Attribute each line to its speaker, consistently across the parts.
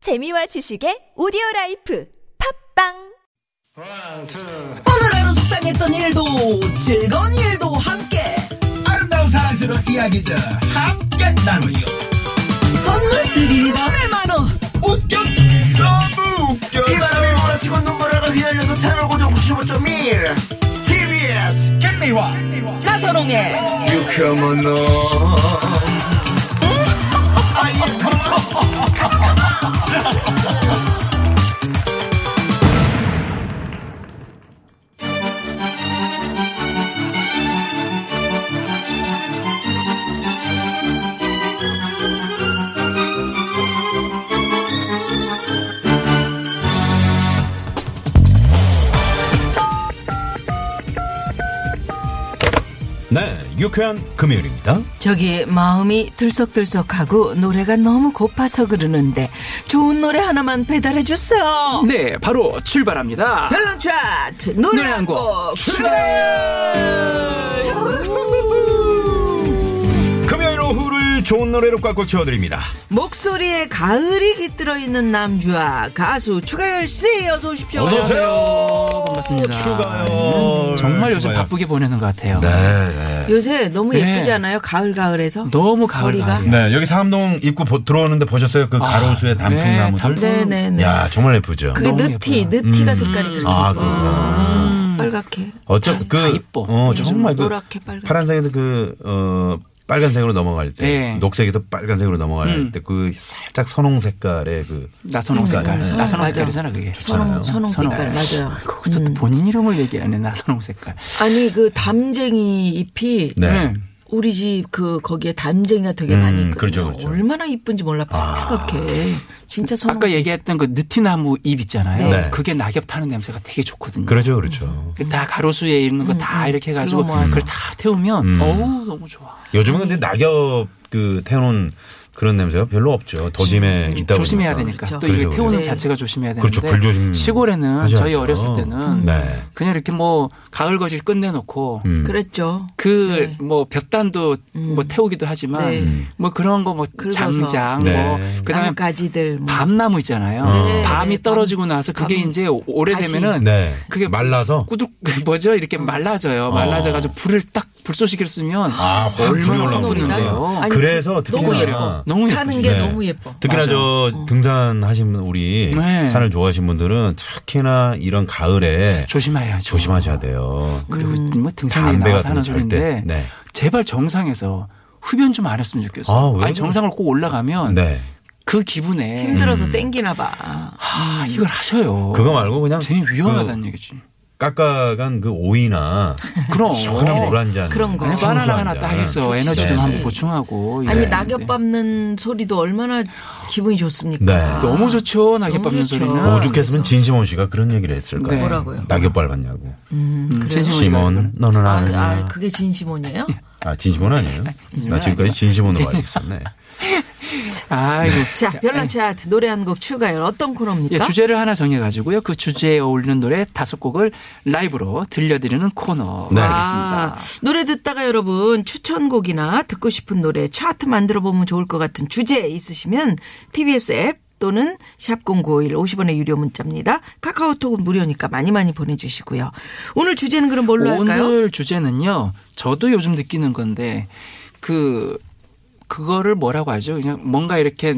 Speaker 1: 재미와 지식의 오디오 라이프 팝빵
Speaker 2: One, two.
Speaker 3: 오늘 하루 속상했던 일도 즐거운 일도 함께
Speaker 4: 아름다운 사랑스러운 이야기들 함께 나누요
Speaker 3: 선물 드립니다 100만원
Speaker 4: 웃겨 너무 웃겨
Speaker 5: 이 바람이 몰아치고 눈물을 휘날려도 채널 고정 95.1 TBS
Speaker 4: 김미화
Speaker 3: 나선홍의
Speaker 5: 유쾌한 너
Speaker 6: 네, 유쾌한 금요일입니다.
Speaker 3: 저기 마음이 들썩들썩하고 노래가 너무 고파서 그러는데 좋은 노래 하나만 배달해주세요
Speaker 7: 네, 바로 출발합니다.
Speaker 3: 별난 차트 노래
Speaker 7: 노래 한 곡.
Speaker 3: 한곡
Speaker 6: 금요일 오후를 좋은 노래로 꽉꽉 채워드립니다.
Speaker 3: 목소리에 가을이 깃들어 있는 남주와 가수 추가열 씨 어서 오십시오
Speaker 6: 어서오세요.
Speaker 7: 반갑습니다.
Speaker 6: 출가요.
Speaker 7: 음, 정말 요즘
Speaker 6: 출가요. 네,
Speaker 7: 바쁘게 보내는 것 같아요.
Speaker 3: 요새 너무
Speaker 7: 네.
Speaker 3: 예쁘지 않아요? 가을 가을에서
Speaker 7: 너무 가을
Speaker 3: 거리가?
Speaker 7: 가을이에요.
Speaker 6: 네, 여기 삼동 입구 보- 들어오는데 보셨어요? 그
Speaker 7: 아,
Speaker 6: 가로수의
Speaker 7: 네,
Speaker 6: 단풍나무들.
Speaker 7: 단풍.
Speaker 3: 네네네.
Speaker 6: 야, 정말 예쁘죠?
Speaker 3: 그게
Speaker 7: 너무
Speaker 3: 느티,
Speaker 7: 예뻐요.
Speaker 3: 느티가 색깔이 그렇게
Speaker 6: 음. 아,
Speaker 3: 예뻐요.
Speaker 6: 그렇구나.
Speaker 3: 빨갛게.
Speaker 6: 어쩜
Speaker 7: 다
Speaker 6: 그
Speaker 7: 이뻐. 네,
Speaker 6: 어, 정말 그
Speaker 3: 노랗게 빨갛게.
Speaker 6: 파란색에서 그 어, 빨간색으로 넘어갈 때,
Speaker 7: 네.
Speaker 6: 녹색에서 빨간색으로 넘어갈
Speaker 7: 음.
Speaker 6: 때 그 살짝 선홍 색깔의 그
Speaker 7: 나선홍 색깔.
Speaker 6: 음,
Speaker 7: 나선홍
Speaker 3: 맞아.
Speaker 7: 색깔이잖아, 그게.
Speaker 3: 선홍, 선홍 빛깔, 맞아요. 음.
Speaker 7: 거기서 또 본인 이름을 얘기하네, 나선홍 색깔.
Speaker 3: 아니, 그 담쟁이 잎이
Speaker 6: 네.
Speaker 7: 네.
Speaker 3: 우리 집 그 거기에 담쟁이가 되게
Speaker 6: 음,
Speaker 3: 많이 있거든요.
Speaker 6: 그렇죠, 그렇죠. 아.
Speaker 3: 얼마나 이쁜지 몰라. 빨갛게. 진짜 선홍.
Speaker 7: 아까 얘기했던 그 느티나무 잎 있잖아요.
Speaker 6: 네.
Speaker 7: 그게 낙엽 타는 냄새가 되게 좋거든요.
Speaker 6: 그렇죠, 그렇죠.
Speaker 7: 다 가로수에 있는 거 다 이렇게 해가지고
Speaker 3: 음, 그거 모아서.
Speaker 7: 그걸 다 태우면
Speaker 6: 음.
Speaker 7: 어우 너무 좋아.
Speaker 6: 요즘은 근데 낙엽 그 태우는 그런 냄새가 별로 없죠. 도심에 있다 보니까.
Speaker 7: 음, 조심해야 되니까.
Speaker 3: 그렇죠.
Speaker 7: 또 이게
Speaker 6: 그렇죠,
Speaker 7: 태우는
Speaker 3: 그렇죠.
Speaker 7: 자체가 조심해야 되는데
Speaker 6: 그렇죠. 불조심
Speaker 7: 시골에는
Speaker 6: 하지
Speaker 7: 저희
Speaker 6: 않죠.
Speaker 7: 어렸을 때는
Speaker 6: 네.
Speaker 7: 그냥 이렇게 뭐 가을 거실 끝내놓고
Speaker 6: 음.
Speaker 3: 그랬죠.
Speaker 7: 그 뭐 볕단도 뭐 태우기도 하지만
Speaker 3: 음. 네.
Speaker 6: 음.
Speaker 7: 뭐 그런 거 뭐
Speaker 3: 긁어서.
Speaker 7: 장장
Speaker 6: 네.
Speaker 7: 뭐 그다음에
Speaker 3: 나뭇가지들. 뭐.
Speaker 7: 밤나무 있잖아요.
Speaker 6: 네,
Speaker 7: 밤이
Speaker 3: 네,
Speaker 7: 떨어지고 나서 그게
Speaker 3: 밤
Speaker 7: 이제 오래되면은
Speaker 6: 네.
Speaker 7: 그게
Speaker 6: 말라서
Speaker 7: 꾸둑 그 뭐죠 이렇게
Speaker 3: 음.
Speaker 7: 말라져요. 말라져가지고 불을 딱 불쏘시개를 쓰면
Speaker 6: 아, 확 불이
Speaker 7: 얼마나
Speaker 6: 올라오는
Speaker 3: 노리나?
Speaker 7: 예쁜데요.
Speaker 3: 아니,
Speaker 6: 그래서 특히나
Speaker 3: 너무 예뻐.
Speaker 7: 너무
Speaker 3: 타는
Speaker 7: 예쁘죠.
Speaker 3: 게
Speaker 6: 네.
Speaker 3: 너무 예뻐.
Speaker 6: 특히나
Speaker 7: 맞아.
Speaker 6: 저 등산하신 우리
Speaker 7: 어. 네.
Speaker 6: 산을 좋아하신 분들은 특히나 이런 가을에
Speaker 7: 조심해야
Speaker 6: 조심하셔야 돼요.
Speaker 7: 그리고
Speaker 3: 음.
Speaker 7: 뭐 등산
Speaker 6: 담배
Speaker 7: 나가서
Speaker 6: 같은
Speaker 7: 하는
Speaker 6: 거 절대.
Speaker 7: 소리인데
Speaker 6: 네.
Speaker 7: 제발 정상에서 흡연 좀 안 했으면 좋겠어.
Speaker 6: 아, 왜요?
Speaker 7: 아니 정상을 꼭 올라가면
Speaker 6: 네.
Speaker 7: 그 기분에
Speaker 6: 음.
Speaker 3: 힘들어서 땡기나 봐.
Speaker 7: 아, 이걸 하셔요.
Speaker 6: 그거 말고 그냥
Speaker 7: 되게 위험하다는
Speaker 6: 그
Speaker 7: 얘기지.
Speaker 6: 깎아간 그 오이나
Speaker 7: 그럼
Speaker 6: 시원한 물 한 잔.
Speaker 3: 그런 거.
Speaker 7: 아니,
Speaker 6: 생수
Speaker 7: 네, 바나나
Speaker 6: 한
Speaker 7: 하나
Speaker 6: 잔.
Speaker 7: 딱 해서
Speaker 3: 좋지.
Speaker 7: 에너지
Speaker 6: 네.
Speaker 7: 좀 한번 보충하고.
Speaker 3: 아니
Speaker 7: 이랬는데.
Speaker 3: 낙엽 밟는 소리도 얼마나 기분이 좋습니까?
Speaker 6: 네. 뭐
Speaker 7: 너무 좋죠. 낙엽
Speaker 3: 너무
Speaker 7: 밟는
Speaker 3: 좋죠.
Speaker 7: 소리는.
Speaker 6: 오죽했으면 진심원 씨가 그런 얘기를 했을까요?
Speaker 7: 네.
Speaker 3: 아, 뭐라고요?
Speaker 6: 낙엽 밟았냐고.
Speaker 7: 음,
Speaker 6: 심원,
Speaker 7: 진심원.
Speaker 6: 너는
Speaker 3: 아,
Speaker 6: 아느냐.
Speaker 7: 네.
Speaker 3: 아, 그게 진심원이에요?
Speaker 6: 아, 진심원 아니에요? 나 지금까지 진심원으로 알고 있었네.
Speaker 7: 아이고.
Speaker 3: 네. 자, 별난
Speaker 7: 아니,
Speaker 3: 차트 노래 한 곡 추가요. 어떤 코너입니까?
Speaker 7: 예, 주제를 하나 정해가지고요. 그 주제에 어울리는 노래 다섯 곡을 라이브로 들려드리는 코너.
Speaker 6: 네.
Speaker 3: 아,
Speaker 7: 알겠습니다.
Speaker 3: 노래 듣다가 여러분 추천곡이나 듣고 싶은 노래 차트 만들어 보면 좋을 것 같은 주제 있으시면 TBS 앱 또는 샵0951 50원의 유료 문자입니다. 카카오톡은 무료니까 많이 많이 보내주시고요. 오늘 주제는 그럼 뭘로 할까요?
Speaker 7: 오늘 주제는요. 저도 요즘 느끼는 건데 그 그거를 뭐라고 하죠? 그냥 뭔가 이렇게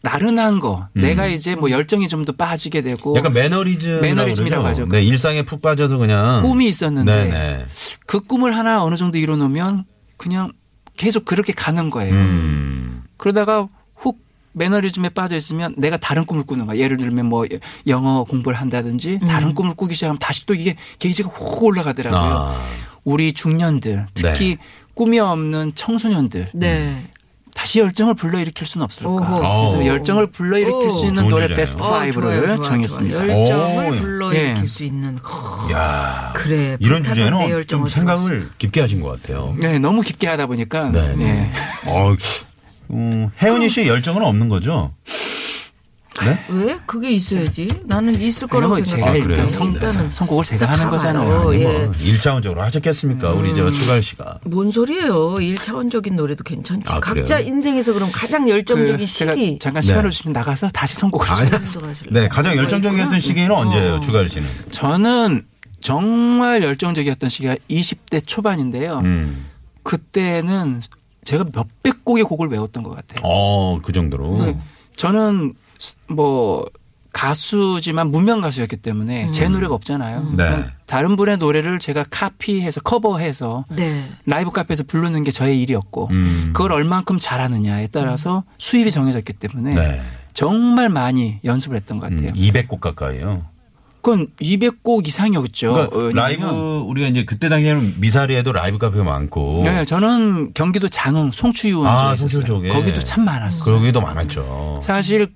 Speaker 7: 나른한 거. 내가 이제 뭐 열정이 좀 더 빠지게 되고
Speaker 6: 음. 약간 매너리즘.
Speaker 7: 뭐, 매너리즘이라고 하죠.
Speaker 6: 네, 일상에 푹 빠져서 그냥.
Speaker 7: 꿈이 있었는데
Speaker 6: 네네.
Speaker 7: 그 꿈을 하나 어느 정도 이뤄놓으면 그냥 계속 그렇게 가는 거예요.
Speaker 6: 음.
Speaker 7: 그러다가 훅 매너리즘에 빠져 있으면 내가 다른 꿈을 꾸는 거야. 예를 들면 뭐 영어 공부를
Speaker 6: 음.
Speaker 7: 한다든지 다른 꿈을 꾸기 시작하면 다시 또 이게 게이지가 확 올라가더라고요.
Speaker 6: 아. 네.
Speaker 7: 우리 중년들 특히 꿈이 없는 청소년들
Speaker 3: 네.
Speaker 7: 다시 열정을 불러일으킬 수는 없을까.
Speaker 3: 오호.
Speaker 7: 그래서
Speaker 6: 오.
Speaker 7: 열정을 불러일으킬 수
Speaker 3: 오.
Speaker 7: 있는
Speaker 6: 좋은
Speaker 7: 노래
Speaker 6: 주제네요.
Speaker 7: 베스트
Speaker 3: 어,
Speaker 7: 파이브를
Speaker 3: 좋아요, 좋아요,
Speaker 7: 정했습니다.
Speaker 3: 좋아요. 열정을
Speaker 6: 오, 예.
Speaker 3: 불러일으킬
Speaker 7: 예.
Speaker 3: 수 있는.
Speaker 6: 야
Speaker 3: 그래.
Speaker 6: 이런
Speaker 3: 불타던 내
Speaker 6: 주제는 좀
Speaker 3: 열정을
Speaker 6: 생각을
Speaker 3: 들었어.
Speaker 6: 깊게 하신 것 같아요.
Speaker 7: 네, 너무 깊게 하다 보니까
Speaker 6: 네.
Speaker 7: 네.
Speaker 6: 어, 음, 혜은이 씨의 열정은 없는 거죠? 네?
Speaker 3: 왜? 그게 있어야지. 나는 있을 거라고
Speaker 7: 아니요, 제가
Speaker 3: 생각해.
Speaker 6: 일단
Speaker 7: 성-
Speaker 3: 일단은
Speaker 7: 선곡을 제가 하는
Speaker 3: 딱
Speaker 7: 거잖아요.
Speaker 3: 알아요.
Speaker 7: 아니,
Speaker 6: 뭐
Speaker 3: 예.
Speaker 6: 일차원적으로 하셨겠습니까? 우리 저 추가열 씨가.
Speaker 3: 뭔 소리예요? 일차원적인 노래도 괜찮지.
Speaker 6: 아, 그래요?
Speaker 3: 각자 인생에서 그럼 가장 열정적인
Speaker 7: 그 제가
Speaker 3: 시기.
Speaker 7: 잠깐
Speaker 6: 네.
Speaker 7: 시간을 주시면 그렇죠. 나가서 다시 선곡을
Speaker 6: 아니,
Speaker 7: 좀
Speaker 3: 말씀하실래요?
Speaker 6: 네, 가장
Speaker 7: 그러니까
Speaker 6: 열정적이었던 시기는
Speaker 7: 어.
Speaker 6: 언제예요, 추가열 씨는?
Speaker 7: 저는 정말 열정적이었던 시기가 20대 초반인데요.
Speaker 6: 음.
Speaker 7: 그때는 제가 몇백 곡의 곡을 외웠던 것 같아요.
Speaker 6: 어, 그 정도로.
Speaker 7: 네. 저는 스- 뭐 가수지만 무명 가수였기 때문에 제 노래가 없잖아요.
Speaker 6: 음. 네.
Speaker 7: 그냥 다른 분의 노래를 제가 카피해서 커버해서
Speaker 3: 네.
Speaker 7: 라이브 카페에서 부르는 게 저의 일이었고
Speaker 6: 음.
Speaker 7: 그걸 얼만큼 잘하느냐에 따라서 수입이 정해졌기 때문에
Speaker 6: 네.
Speaker 7: 정말 많이 연습을 했던 것
Speaker 6: 음,
Speaker 7: 같아요.
Speaker 6: 200곡 가까이요.
Speaker 7: 그건 200곡 이상이었죠.
Speaker 6: 그러니까
Speaker 7: 어, 왜냐면
Speaker 6: 라이브 우리가 이제 그때 당시에는 미사리에도 라이브 카페가 많고
Speaker 7: 네, 저는 경기도 장흥 송추
Speaker 6: 아,
Speaker 7: 유원지에
Speaker 6: 송추
Speaker 7: 있었어요.
Speaker 6: 쪽에.
Speaker 7: 거기도 참 많았어요.
Speaker 6: 그러기도 많았죠.
Speaker 7: 사실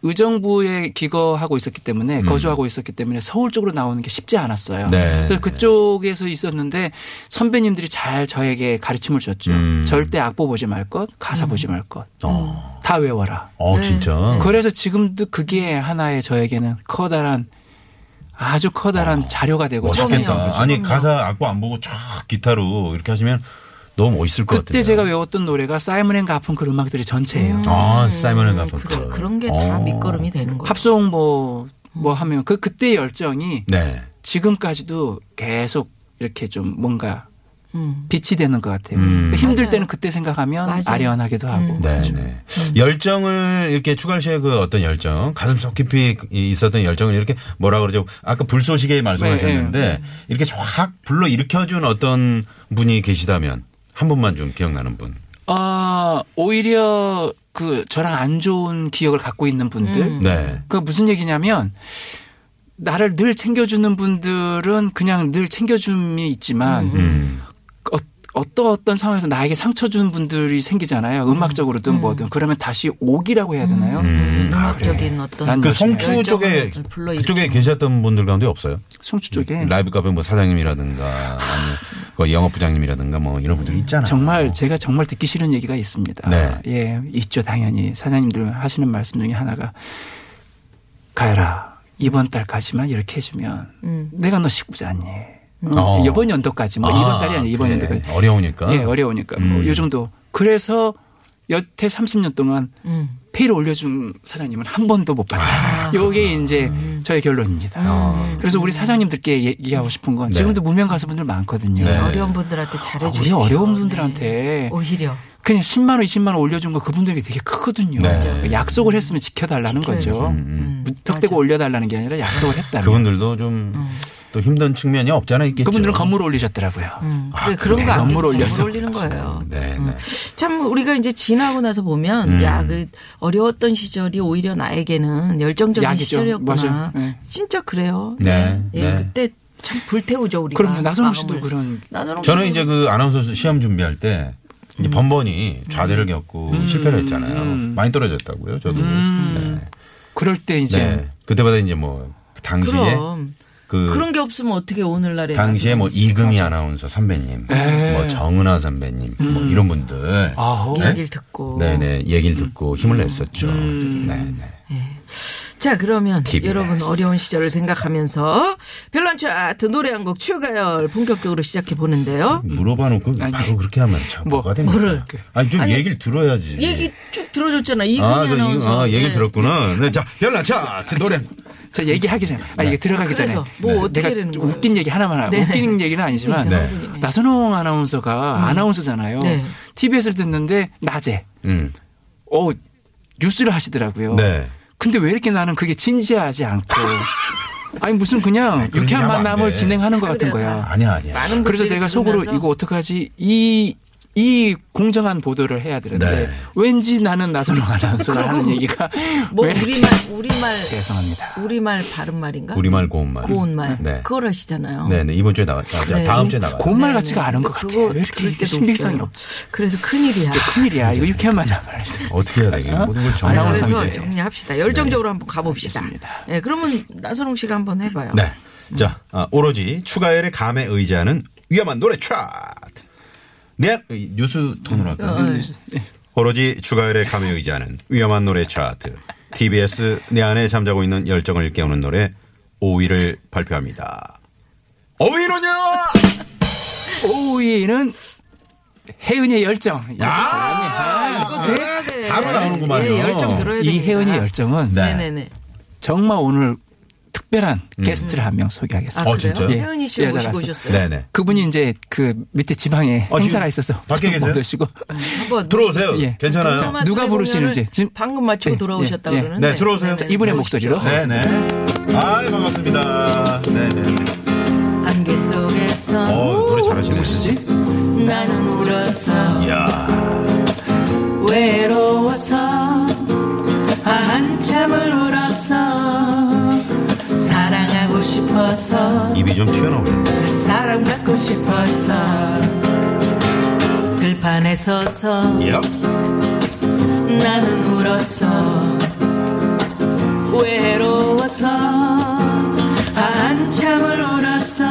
Speaker 7: 의정부에 기거하고 있었기 때문에
Speaker 6: 음.
Speaker 7: 거주하고 있었기 때문에 서울 쪽으로 나오는 게 쉽지 않았어요.
Speaker 6: 네.
Speaker 7: 그래서 그쪽에서 있었는데 선배님들이 잘 저에게 가르침을 줬죠.
Speaker 6: 음.
Speaker 7: 절대 악보 보지 말 것, 가사 보지 말 것,
Speaker 6: 어,
Speaker 7: 다 외워라.
Speaker 6: 어 진짜.
Speaker 7: 네. 그래서 지금도 그게 하나의 저에게는 커다란 아주 커다란 자료가 되고 자산인 거죠.
Speaker 6: 어. 멋있겠다. 아니
Speaker 3: 처음이야.
Speaker 6: 가사 악보 안 보고 촥 기타로 이렇게 하시면 너무 멋있을 것 같아요.
Speaker 7: 그때 제가 외웠던 노래가 사이먼 앤 가펑클 음악들의 전체예요.
Speaker 6: 아 사이먼 앤
Speaker 3: 그래,
Speaker 6: 가펑크.
Speaker 3: 그런 게 다
Speaker 6: 어.
Speaker 3: 밑거름이 되는 거야.
Speaker 7: 팝송 뭐, 뭐 하면 그 그때 열정이
Speaker 6: 네.
Speaker 7: 지금까지도 계속 이렇게 좀 뭔가
Speaker 3: 음.
Speaker 7: 빛이 되는 것 같아요.
Speaker 6: 음.
Speaker 7: 그러니까 힘들
Speaker 3: 맞아요.
Speaker 7: 때는 그때 생각하면
Speaker 3: 맞아요. 음.
Speaker 7: 아련하기도 하고.
Speaker 6: 네, 네.
Speaker 7: 음.
Speaker 6: 열정을 이렇게 추가할 시에 그 어떤 열정, 가슴 속 깊이 있었던 열정을 이렇게 뭐라 그러죠? 아까 불쏘시개
Speaker 7: 네,
Speaker 6: 말씀하셨는데 이렇게 확 불러 일으켜준 어떤 분이 계시다면 한 분만 좀 기억나는 분.
Speaker 7: 어, 오히려 그 저랑 안 좋은 기억을 갖고 있는 분들.
Speaker 3: 음.
Speaker 6: 네.
Speaker 7: 그 무슨 얘기냐면 나를 늘 챙겨주는 분들은 그냥 늘 챙겨줌이 있지만
Speaker 6: 음.
Speaker 7: 어, 어떤 어떤 상황에서 나에게 상처 주는 분들이 생기잖아요. 음악적으로든 뭐든 그러면 다시 오기라고 해야 되나요?
Speaker 6: 음. 아, 그래요.
Speaker 3: 음악적인 어떤
Speaker 7: 난
Speaker 6: 그
Speaker 7: 그렇죠. 열심히
Speaker 6: 송추 쪽에
Speaker 3: 열정을 불러일으키는
Speaker 6: 그쪽에 계셨던 분들 가운데 없어요?
Speaker 7: 송추 쪽에
Speaker 6: 라이브 카페 뭐 사장님이라든가 아니면 그 영업 부장님이라든가 뭐 이런 분들 있잖아요.
Speaker 7: 정말 제가 정말 듣기 싫은 얘기가 있습니다.
Speaker 6: 네.
Speaker 7: 예, 있죠 당연히 사장님들 하시는 말씀 중에 하나가 가열아 이번 달까지만 이렇게 해주면 내가 너 식구잖니.
Speaker 6: 어.
Speaker 7: 이번 연도까지 뭐 이번 달이 아니라 이번
Speaker 6: 그래.
Speaker 7: 연도까지.
Speaker 6: 어려우니까.
Speaker 7: 예, 어려우니까.
Speaker 6: 음.
Speaker 7: 뭐, 요 정도. 그래서 여태 30년 동안
Speaker 3: 음.
Speaker 7: 페이를 올려준 사장님은 한 번도 못
Speaker 6: 아.
Speaker 7: 봤다. 요게 이제 저의 결론입니다. 그래서 우리 사장님들께 얘기하고 싶은 건
Speaker 6: 어. 네.
Speaker 7: 지금도 무명 가수분들 많거든요.
Speaker 6: 네.
Speaker 3: 어려운 분들한테 잘해
Speaker 7: 아, 우리
Speaker 3: 주시오 네.
Speaker 7: 어려운 분들한테
Speaker 3: 오히려
Speaker 7: 그냥 10만 원, 20만 원 올려준 거 그분들에게 되게 크거든요.
Speaker 6: 네.
Speaker 7: 그러니까 약속을 했으면 지켜달라는
Speaker 3: 지켜야지.
Speaker 7: 거죠.
Speaker 3: 음.
Speaker 7: 무턱대고
Speaker 3: 맞아.
Speaker 7: 올려달라는 게 아니라 약속을 했다면.
Speaker 6: 그분들도 좀 또 힘든 측면이 없지 않아 있겠죠.
Speaker 7: 음. 그분들은 건물 올리셨더라고요.
Speaker 3: 음.
Speaker 6: 아,
Speaker 3: 그래 그런 거 안
Speaker 7: 건물
Speaker 3: 돼서
Speaker 7: 올려서.
Speaker 3: 건물 올리는 거예요.
Speaker 6: 네, 네.
Speaker 3: 참 우리가 이제 지나고 나서 보면
Speaker 6: 음.
Speaker 3: 야 그 어려웠던 시절이 오히려 나에게는 열정적인
Speaker 7: 약이죠.
Speaker 3: 시절이었구나.
Speaker 7: 맞아요. 네.
Speaker 3: 진짜 그래요.
Speaker 6: 네,
Speaker 3: 예,
Speaker 6: 네.
Speaker 3: 그때 참 불태우죠 우리가.
Speaker 7: 그럼요. 나선홍 씨도
Speaker 3: 그러니까 어, 마음을.
Speaker 7: 그런
Speaker 3: 나선홍
Speaker 6: 저는
Speaker 3: 씨도
Speaker 6: 이제 그 아나운서 시험 준비할 때 이제 번번이 좌절을 겪고 실패를 했잖아요.
Speaker 7: 음.
Speaker 6: 많이 떨어졌다고요, 저도.
Speaker 7: 음.
Speaker 6: 네.
Speaker 7: 그럴 때 이제
Speaker 6: 네. 그때마다 이제 뭐, 그 당시에
Speaker 3: 그럼
Speaker 6: 그
Speaker 3: 그런 네, 게 없으면 어떻게 오늘날에
Speaker 6: 당시에 뭐
Speaker 3: 나선홍
Speaker 6: 이금희 아나운서 선배님,
Speaker 7: 에.
Speaker 6: 뭐 정은하 선배님, 뭐 이런 분들.
Speaker 7: 아우.
Speaker 3: 씨 이야기를 듣고
Speaker 6: 네네 얘기를 듣고 힘을 냈었죠. 네네.
Speaker 3: 자 그러면
Speaker 6: TBS.
Speaker 3: 여러분 어려운 시절을 생각하면서 별난 차트 노래 한 곡 추가열 본격적으로 시작해 보는데요.
Speaker 6: 물어봐놓고
Speaker 7: 아니.
Speaker 6: 바로 그렇게 하면 참
Speaker 7: 뭐,
Speaker 6: 뭐가 됩니까?
Speaker 7: 뭐를.
Speaker 6: 아니 좀
Speaker 3: 아니,
Speaker 6: 얘기를 들어야지.
Speaker 3: 얘기 쭉 들어줬잖아 이금희
Speaker 6: 네. 아, 그, 이-
Speaker 3: 아나운서.
Speaker 6: 아
Speaker 3: 네.
Speaker 6: 얘기를 들었구나. 네, 자, 별난 차트 노래.
Speaker 7: 저 얘기하기 전에 아
Speaker 6: 네.
Speaker 7: 이게 들어가기 전에 네.
Speaker 3: 그래서 뭐 어떻게
Speaker 7: 내가
Speaker 3: 되는
Speaker 7: 좀
Speaker 3: 거예요?
Speaker 7: 웃긴 얘기 하나만 하고
Speaker 3: 네.
Speaker 7: 웃기는 얘기는 아니지만
Speaker 6: 네.
Speaker 7: 나선홍 아나운서가 아나운서잖아요.
Speaker 3: 음. 네.
Speaker 7: TBS를 듣는데 낮에
Speaker 6: 음.
Speaker 7: 어 뉴스를 하시더라고요.
Speaker 6: 네.
Speaker 7: 근데 왜 이렇게 나는 그게 진지하지 않고 아니 무슨 그냥
Speaker 6: 아니, 네, 그런
Speaker 7: 유쾌한
Speaker 6: 얘기하면 안
Speaker 7: 만남을
Speaker 6: 돼.
Speaker 7: 진행하는 것 같은 거야.
Speaker 6: 아니야, 아니야.
Speaker 3: 많은
Speaker 7: 그래서
Speaker 3: 분들이
Speaker 7: 내가 속으로
Speaker 3: 들으면서
Speaker 7: 이거 어떡하지 이 이 공정한 보도를 해야 되는데
Speaker 6: 네.
Speaker 7: 왠지 나는 나선홍 아나운서가 하는 얘기가
Speaker 3: 뭐
Speaker 7: 왜 이렇게
Speaker 3: 우리말 우리말
Speaker 7: 죄송합니다.
Speaker 3: 우리말 바른 말인가?
Speaker 6: 우리말 고운말.
Speaker 3: 고운 말.
Speaker 6: 네.
Speaker 3: 그걸 하시잖아요.
Speaker 6: 네, 네. 이번 주에 나와. 아,
Speaker 3: 네.
Speaker 6: 다음 주에 나와. 요
Speaker 7: 고운 말
Speaker 3: 네네.
Speaker 7: 같지가 않은 것
Speaker 3: 그거
Speaker 7: 같아요. 왜
Speaker 3: 들을
Speaker 7: 이렇게
Speaker 3: 때도
Speaker 7: 신빙성이
Speaker 3: 웃겨요.
Speaker 7: 없지?
Speaker 3: 그래서 큰일이야. 네,
Speaker 7: 큰일이야. 이거 유쾌한 만남을 했어.
Speaker 6: 어떻게 해야 되겠어? 모든 걸
Speaker 3: 자,
Speaker 6: 정리하고.
Speaker 7: 아나운서
Speaker 3: 그래서
Speaker 7: 삼재.
Speaker 3: 정리합시다. 열정적으로 한번 가봅시다.
Speaker 7: 알겠습니다.
Speaker 3: 예, 그러면 나선홍 씨가 한번 해봐요.
Speaker 6: 네. 자, 아, 오로지 추가열의 감에 의지하는 위험한 노래 차트. 네, 이 뉴스 톤으로 할까요? 오로지 추가열의 감에 의지하는 위험한 노래 차트. TBS 내 안에 잠자고 있는 열정을 깨우는 노래 5위를 발표합니다. 5위는요.
Speaker 7: 오이는 혜은이의 열정.
Speaker 6: 아,
Speaker 3: 이거 들어야 돼.
Speaker 6: 바로 나오는구만요.
Speaker 3: 예, 열정 들어야 돼.
Speaker 7: 이 혜은이의 열정은
Speaker 6: 네.
Speaker 3: 네네네.
Speaker 7: 정말 오늘 특별한
Speaker 6: 음.
Speaker 7: 게스트를 한 명 소개하겠습니다.
Speaker 3: 아,
Speaker 6: 어,
Speaker 3: 그래요?
Speaker 6: 진짜요?
Speaker 3: 혜은이 씨를
Speaker 7: 예,
Speaker 3: 모시고
Speaker 7: 알았어요.
Speaker 3: 오셨어요.
Speaker 6: 네네.
Speaker 7: 그분이 이제 그 밑에 지방에
Speaker 6: 아, 지금
Speaker 7: 행사가 있어서
Speaker 6: 밖에 계세요?
Speaker 7: 시고
Speaker 3: 한번
Speaker 6: 네. 들어오세요.
Speaker 7: 예.
Speaker 6: 괜찮아요.
Speaker 3: 토마스
Speaker 7: 누가 부르시는지.
Speaker 3: 공연을
Speaker 7: 지금-
Speaker 3: 방금 마치고
Speaker 7: 예,
Speaker 3: 돌아오셨다 고
Speaker 7: 예, 예.
Speaker 3: 그러는데
Speaker 6: 네, 들어오세요.
Speaker 3: 네네,
Speaker 7: 이분의
Speaker 3: 들어오십시오.
Speaker 7: 목소리로.
Speaker 6: 네네. 아 반갑습니다. 네네.
Speaker 3: 안개 속에서
Speaker 6: 어 노래 잘하시네.
Speaker 7: 누구시지?
Speaker 3: 음. 나는 울었어
Speaker 6: 이야.
Speaker 3: 외로워서 아, 한참을 울었어 사랑하고 싶어서
Speaker 6: 입이 좀 튀어나오셨네.
Speaker 3: 사랑받고 싶어서 들판에 서서
Speaker 6: 이야.
Speaker 3: 나는 울었어 외로워서 아, 한참을 울었어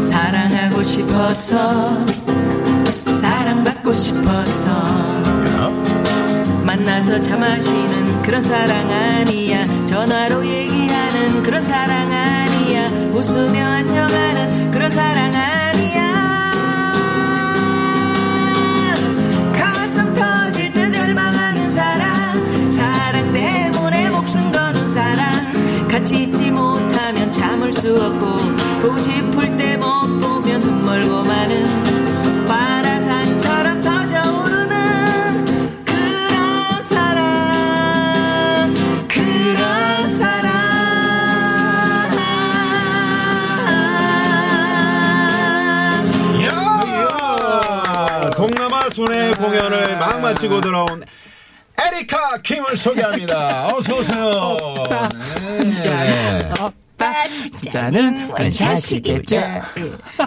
Speaker 3: 사랑하고 싶어서 사랑받고 싶어서 만나서 차 마시는 그런 사랑 아니야 전화로 얘기하는 그런 사랑 아니야 웃으며 안녕하는 그런 사랑 아니야 가슴 터질 듯 절망하는 사랑 사랑 때문에 목숨 거는 사랑 같이 있지 못하면 참을 수 없고 보고 싶을 때 못 보면 눈멀고 마는 바라산처럼 터져오르는 그런 사랑 그런 사랑
Speaker 6: 이야. 동남아 순회 공연을 막 마치고 돌아온 에리카 킴을 소개합니다. 어서 오세요. 네.
Speaker 3: 오빠
Speaker 7: 진짜는
Speaker 3: 음. 원샷이겠죠. 예.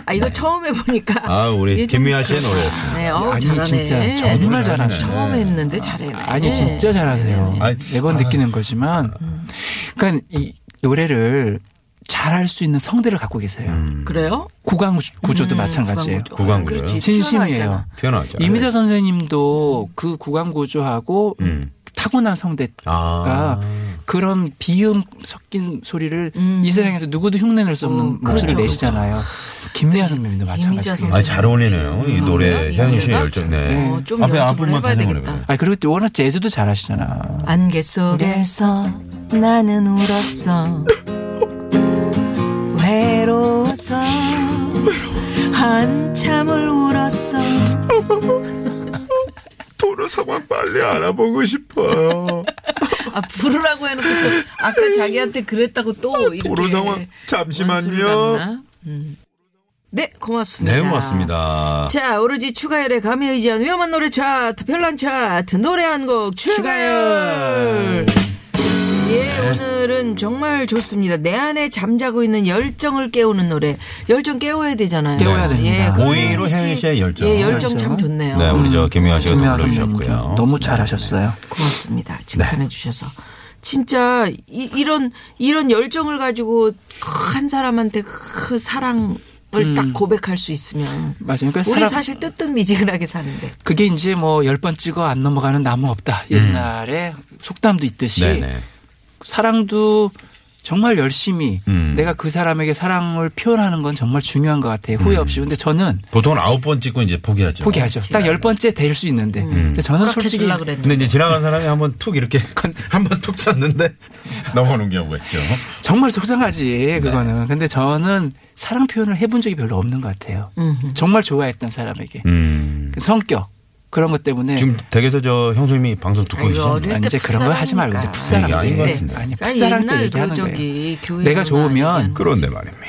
Speaker 3: 아 이거 처음 해보니까
Speaker 6: 네. 아, 우리
Speaker 3: 이게 좀
Speaker 6: 김미아 씨의
Speaker 3: 그렇구나.
Speaker 6: 노래였습니다.
Speaker 3: 네, 어우,
Speaker 7: 아니,
Speaker 3: 잘하네.
Speaker 7: 진짜 정말 잘하네. 네.
Speaker 3: 처음 했는데 잘해요. 네.
Speaker 7: 아니 진짜 잘하세요.
Speaker 6: 네, 아니,
Speaker 7: 매번 느끼는 거지만, 그러니까 이 노래를 잘할 수 있는 성대를 갖고 계세요.
Speaker 6: 음. 네.
Speaker 3: 그래요?
Speaker 7: 구강 구조도 마찬가지예요.
Speaker 3: 음, 구강구조.
Speaker 6: 구강구조요?
Speaker 3: 아, 그렇지.
Speaker 7: 진심이에요.
Speaker 3: 튀어나왔잖아.
Speaker 6: 튀어나오죠.
Speaker 7: 이미자 선생님도 그 구강 구조하고
Speaker 6: 음.
Speaker 7: 타고난 성대가
Speaker 6: 아.
Speaker 7: 그런 비음 섞인 소리를 이 세상에서 누구도 흉내낼 수 없는
Speaker 3: 음. 어,
Speaker 7: 목소리를
Speaker 3: 그렇죠, 네,
Speaker 7: 내시잖아요. 김미아 선생님도
Speaker 3: 김미자
Speaker 7: 마찬가지예요.
Speaker 3: 선생님.
Speaker 6: 아, 잘 어울리네요. 이 노래
Speaker 3: 이
Speaker 6: 현윤 씨의
Speaker 3: 노래가?
Speaker 6: 열정. 네.
Speaker 7: 음.
Speaker 3: 어, 좀
Speaker 6: 앞에
Speaker 3: 연습을
Speaker 6: 앞부분만
Speaker 3: 해봐야
Speaker 6: 편성을
Speaker 3: 되겠다.
Speaker 6: 해봐요.
Speaker 7: 아 그리고 또 워낙 재즈도 잘하시잖아.
Speaker 3: 안개 속에서 나는 울었어 외로워서 한참을 울었어
Speaker 6: 도로 상황 빨리 알아보고 싶어요.
Speaker 3: 아 부르라고 해놓고 또 아까 자기한테 그랬다고 또 이렇게
Speaker 6: 도로 상황 잠시만요.
Speaker 3: 원수를 갚나? 음. 네 고맙습니다
Speaker 6: 네, 고맙습니다.
Speaker 3: 자, 오로지 추가열에 감히 의지한 위험한 노래 차트, 별난 차트, 노래 한 곡 추가열. 예, 오늘은 정말 좋습니다. 내 안에 잠자고 있는 열정을 깨우는 노래. 열정 깨워야 되잖아요.
Speaker 7: 깨워야
Speaker 3: 네.
Speaker 7: 됩니다.
Speaker 3: 그
Speaker 6: 오이로
Speaker 3: 씨-
Speaker 6: 혜윤 씨의 열정.
Speaker 3: 예, 열정
Speaker 7: 열정.
Speaker 3: 참 좋네요.
Speaker 6: 네, 우리 저 김미아 씨가
Speaker 7: 김미아
Speaker 6: 또 불러주셨고요. 네,
Speaker 7: 선생님도 너무 잘하셨어요.
Speaker 3: 고맙습니다. 칭찬해 주셔서. 진짜 이, 런 이런 열정을 가지고 한 사람한테 그 사랑을 딱 고백할 수 있으면
Speaker 7: 맞아요. 그러니까
Speaker 3: 우리
Speaker 7: 사람-
Speaker 3: 사실 뜨뜻미지근하게 사는데
Speaker 7: 그게 이제 뭐 열 번 찍어 안 넘어가는 나무 없다. 옛날에 속담도 있듯이
Speaker 6: 음. 네네.
Speaker 7: 사랑도 정말 열심히
Speaker 6: 음.
Speaker 7: 내가 그 사람에게 사랑을 표현하는 건 정말 중요한 것 같아요.
Speaker 6: 음.
Speaker 7: 후회 없이. 근데 저는
Speaker 6: 보통은 아홉 번 찍고 이제 포기하죠.
Speaker 7: 포기하죠. 딱 열 번째 될 수 있는데. 근데 저는
Speaker 3: 음. 허락해
Speaker 7: 솔직히
Speaker 3: 주려고 그랬는데.
Speaker 6: 근데 이제 지나간 사람이 한번 툭 이렇게 한번 툭 쳤는데 넘어오는 경우가 있죠.
Speaker 7: 정말
Speaker 6: 네.
Speaker 7: 속상하지 그거는. 근데 저는 사랑 표현을 해본 적이 별로 없는 것 같아요. 정말 좋아했던 사람에게
Speaker 6: 음.
Speaker 7: 그 성격 그런 것 때문에
Speaker 6: 지금 댁에서 저 형수님이 방송 듣고
Speaker 3: 아이고,
Speaker 6: 계시잖아요.
Speaker 3: 어릴-
Speaker 7: 아니, 이제
Speaker 3: 그때
Speaker 7: 그런 거 하지 말고 이제
Speaker 3: 풋사랑이니까.
Speaker 7: 풋사랑
Speaker 6: 아닌 것
Speaker 7: 때
Speaker 6: 같은데.
Speaker 7: 아니
Speaker 3: 그러니까
Speaker 7: 풋사랑
Speaker 3: 옛날
Speaker 7: 때 얘기하는
Speaker 3: 그 저기
Speaker 7: 거예요.
Speaker 3: 교회
Speaker 7: 내가
Speaker 3: 문화
Speaker 7: 좋으면
Speaker 3: 얘기하는
Speaker 6: 그런데 말입니다.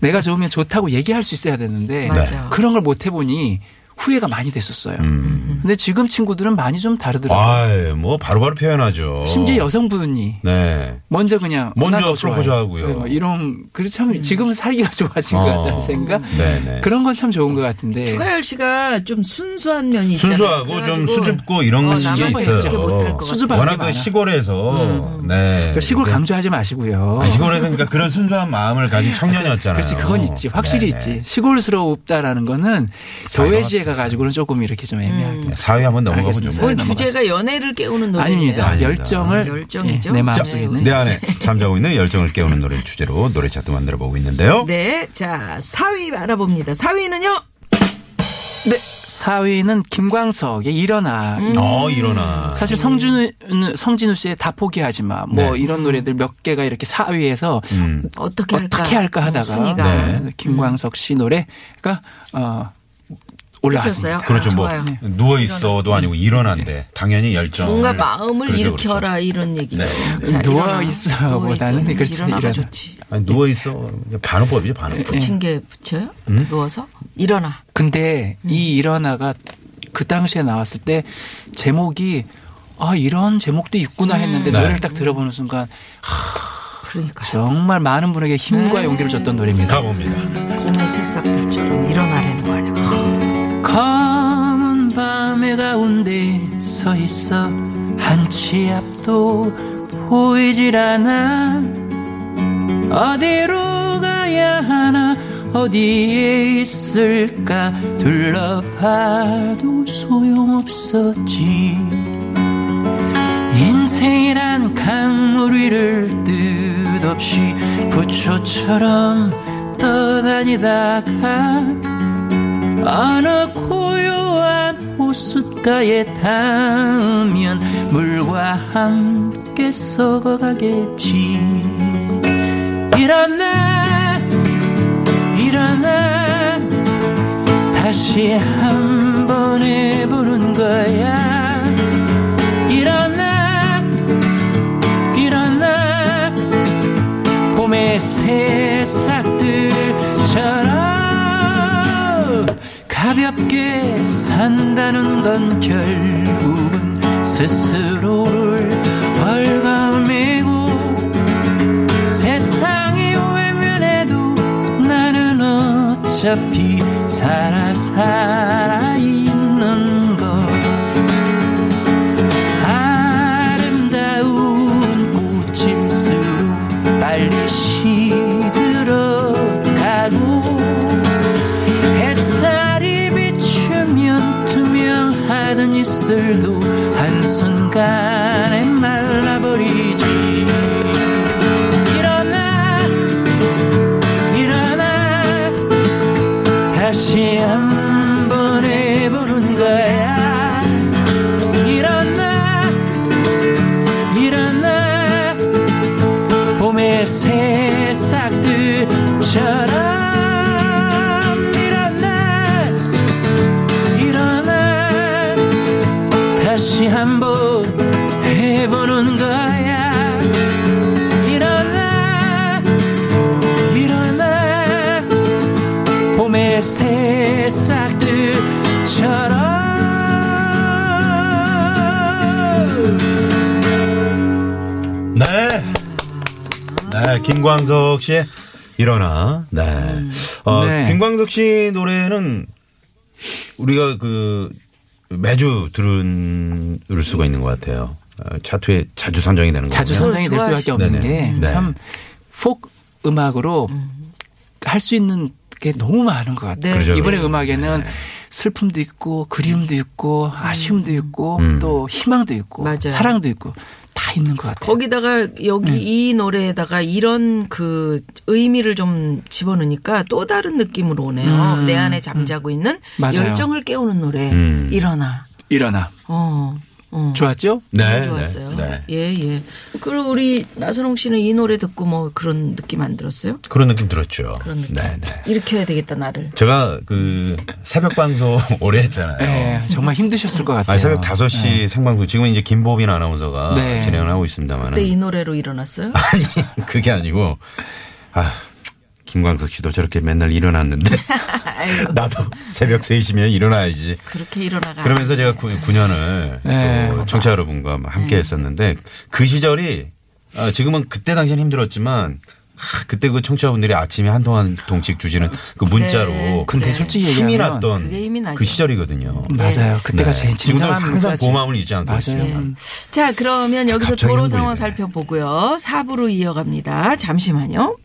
Speaker 7: 내가 좋으면 좋다고 얘기할 수 있어야 되는데
Speaker 3: 맞아.
Speaker 7: 그런 걸 못 해보니 후회가 많이 됐었어요.
Speaker 6: 네. 음.
Speaker 7: 근데 지금 친구들은 많이 좀 다르더라고요.
Speaker 6: 아이, 뭐 바로바로 표현하죠.
Speaker 7: 음. 심지어 여성분이
Speaker 6: 네.
Speaker 7: 먼저 그냥
Speaker 6: 먼저
Speaker 7: 어, 나도 좋아해.
Speaker 6: 프로포즈하고요. 음.
Speaker 7: 네, 뭐 이런 그래서 참 지금 살기가 좋아진 것
Speaker 6: 어.
Speaker 7: 같다는 생각.
Speaker 6: 네네.
Speaker 7: 그런 건 참 좋은 것 같은데.
Speaker 3: 추가열 씨가 좀 순수한 면이 있잖아요.
Speaker 6: 순수하고 좀
Speaker 3: 그래가지고
Speaker 6: 수줍고 이런
Speaker 3: 어,
Speaker 6: 게
Speaker 3: 남하고
Speaker 6: 있어요.
Speaker 3: 이렇게 못할 것 같아요.
Speaker 7: 수줍어.
Speaker 6: 워낙
Speaker 7: 많아.
Speaker 6: 그 시골에서 네.
Speaker 7: 그러니까 시골
Speaker 6: 네.
Speaker 7: 강조하지 마시고요.
Speaker 6: 아, 시골에서 그러니까 그런 순수한 마음을 가진 청년이었잖아요.
Speaker 7: 그렇지, 그건 있지. 확실히
Speaker 6: 네네.
Speaker 7: 있지. 시골스럽다라는 거는
Speaker 6: 아,
Speaker 7: 도회지에
Speaker 6: 이거
Speaker 7: 가지고는 조금 이렇게 좀 애매하게.
Speaker 6: 사회 한번 넘어가면
Speaker 7: 알겠습니다.
Speaker 6: 좀.
Speaker 7: 사회
Speaker 3: 오늘
Speaker 7: 네, 넘어가죠.
Speaker 3: 주제가 연애를 깨우는 노래예요. 음,
Speaker 7: 아닙니다.
Speaker 6: 아닙니다. 네.
Speaker 7: 열정을
Speaker 3: 열정이죠.
Speaker 7: 예, 내
Speaker 3: 자,
Speaker 7: 마음속에 있는
Speaker 6: 내 안에 잠자고 있는 열정을 깨우는 노래 를 주제로 노래 차트 만들어 보고 있는데요.
Speaker 3: 네, 자 4위 알아봅니다. 4위는요.
Speaker 7: 네. 4위는 김광석의 일어나.
Speaker 3: 음.
Speaker 6: 어 일어나.
Speaker 7: 사실 성준우 성진우 씨의 다 포기하지 마. 뭐
Speaker 6: 네.
Speaker 7: 이런 노래들 몇 개가 이렇게 4위에서 뭐
Speaker 6: 음.
Speaker 3: 어떻게 할까?
Speaker 7: 어떻게 할까
Speaker 3: 어,
Speaker 7: 하다가
Speaker 3: 순위가
Speaker 6: 네.
Speaker 7: 그래서 김광석 씨 노래가 어 올라왔습니다.
Speaker 3: 뽑혔어요.
Speaker 6: 그렇죠.
Speaker 3: 아,
Speaker 6: 뭐
Speaker 3: 좋아요. 네.
Speaker 6: 누워 있어도 아니고 일어난데 당연히 열정.
Speaker 3: 뭔가 마음을
Speaker 6: 그렇죠,
Speaker 3: 일으켜라
Speaker 6: 그렇죠.
Speaker 3: 이런 얘기죠.
Speaker 6: 네.
Speaker 3: 자,
Speaker 7: 누워
Speaker 3: 일어나.
Speaker 7: 있어보다는
Speaker 3: 누워 있어는
Speaker 7: 그렇죠,
Speaker 3: 일어나가
Speaker 7: 일어나.
Speaker 3: 좋지.
Speaker 6: 아니 누워 있어 반호법이죠 반호법.
Speaker 3: 붙인 게 붙여요?
Speaker 6: 음?
Speaker 3: 누워서 일어나.
Speaker 7: 근데 이 일어나가 그 당시에 나왔을 때 제목이 아 이런 제목도 있구나 했는데
Speaker 6: 네.
Speaker 7: 노래를 딱 들어보는 순간
Speaker 3: 그러니까
Speaker 7: 정말 많은 분에게 힘과 용기를 줬던 노래입니다.
Speaker 6: 가봅니다.
Speaker 3: 봄의 새싹들처럼 일어나라는 거 아니야?
Speaker 7: 검은 밤의 가운데 서 있어 한 치 앞도 보이질 않아 어디로 가야 하나 어디에 있을까 둘러봐도 소용없었지 인생이란 강물 위를 뜻없이 부초처럼 떠다니다가 어느 고요한 호숫가에 닿으면 물과 함께 썩어가겠지 일어나 일어나 다시 한 번 해보는 거야 일어나 일어나 봄의 새싹들처럼 가볍게 산다는 건 결국은 스스로를 벌감매고 세상이 외면해도 나는 어차피 살아 살아 있는 것 아름다운 꽃일수록 빨리 시들어가고 햇살이 비추면 투명하던 이슬도 한순간에 말라버리지 일어나 일어나 다시 한 번 해보는 거야 일어나 일어나 봄의 새싹들처럼 일어나 일어나 다시 한번 해보는 거야 일어나 일어나 봄의 새싹들처럼
Speaker 6: 네. 네 김광석 씨의 일어나. 네.
Speaker 3: 음.
Speaker 6: 어,
Speaker 7: 네.
Speaker 6: 김광석 씨 노래는 우리가 그 매주 들을 수가 있는 것 같아요. 어, 차트에 자주 선정이 되는 거예요.
Speaker 7: 자주 선정이 될 수밖에 없는
Speaker 6: 네네.
Speaker 7: 게
Speaker 6: 네.
Speaker 7: 참 폭 음악으로 할 수 있는 게 너무 많은 것
Speaker 3: 네.
Speaker 7: 같아요.
Speaker 6: 그러죠,
Speaker 7: 이번에
Speaker 6: 그러죠.
Speaker 7: 음악에는
Speaker 6: 네.
Speaker 7: 슬픔도 있고 그리움도 있고 아쉬움도 있고
Speaker 6: 음.
Speaker 7: 또 희망도 있고
Speaker 3: 맞아요.
Speaker 7: 사랑도 있고 다 있는 것 같아요.
Speaker 3: 거기다가 여기
Speaker 7: 네.
Speaker 3: 이 노래에다가 이런 그 의미를 좀 집어넣으니까 또 다른 느낌으로 오네요.
Speaker 7: 음.
Speaker 3: 내 안에 잠자고 있는
Speaker 7: 맞아요.
Speaker 3: 열정을 깨우는 노래
Speaker 6: 음.
Speaker 3: 일어나.
Speaker 7: 일어나.
Speaker 3: 어. 어.
Speaker 7: 좋았죠?
Speaker 6: 네.
Speaker 3: 너무 좋았어요.
Speaker 6: 네. 네.
Speaker 3: 예, 예. 그리고 우리 나선홍 씨는 이 노래 듣고 뭐 그런 느낌 안 들었어요?
Speaker 6: 그런 느낌 들었죠.
Speaker 3: 그런 느낌.
Speaker 6: 네, 네.
Speaker 3: 이렇게 해야 되겠다, 나를.
Speaker 6: 제가 그 새벽 방송 오래 했잖아요.
Speaker 7: 네, 정말 힘드셨을 것
Speaker 6: 어.
Speaker 7: 같아요.
Speaker 6: 아,
Speaker 3: 네.
Speaker 6: 새벽 5시 생방송 지금 은 이제 김보빈 아나운서가
Speaker 7: 네.
Speaker 6: 진행을 하고
Speaker 3: 그때 이
Speaker 6: 있습니다만
Speaker 3: 노래로 일어났어요?
Speaker 6: 아니 그게 아니고 아 김광석 씨도 저렇게 맨날 일어났는데
Speaker 3: 아이고,
Speaker 6: 나도 새벽 3시면 일어나야지.
Speaker 3: 그렇게 일어나가.
Speaker 6: 그러면서 제가 9, 년을
Speaker 7: 네.
Speaker 6: 청취자 여러분과
Speaker 3: 네.
Speaker 6: 함께 했었는데 그 시절이 아, 지금은 그때 당시엔 힘들었지만 아, 그때 그 청취자분들이 아침에 한동안 동씩 주시는 그 문자로
Speaker 3: 네.
Speaker 7: 근데 솔직히
Speaker 6: 힘이
Speaker 7: 얘기하면
Speaker 6: 났던
Speaker 3: 그게 힘이 나죠. 네.
Speaker 6: 그 시절이거든요.
Speaker 7: 맞아요. 그때가 제일
Speaker 6: 네. 지금도
Speaker 7: 진정한
Speaker 6: 항상
Speaker 7: 문자지.
Speaker 6: 고마움을 잊지 않고
Speaker 7: 맞아요.
Speaker 6: 있어요.
Speaker 3: 자, 그러면 여기서
Speaker 6: 갑자기
Speaker 3: 도로
Speaker 6: 흥분이
Speaker 3: 상황
Speaker 6: 되네.
Speaker 3: 살펴보고요. 4부로 이어갑니다. 잠시만요.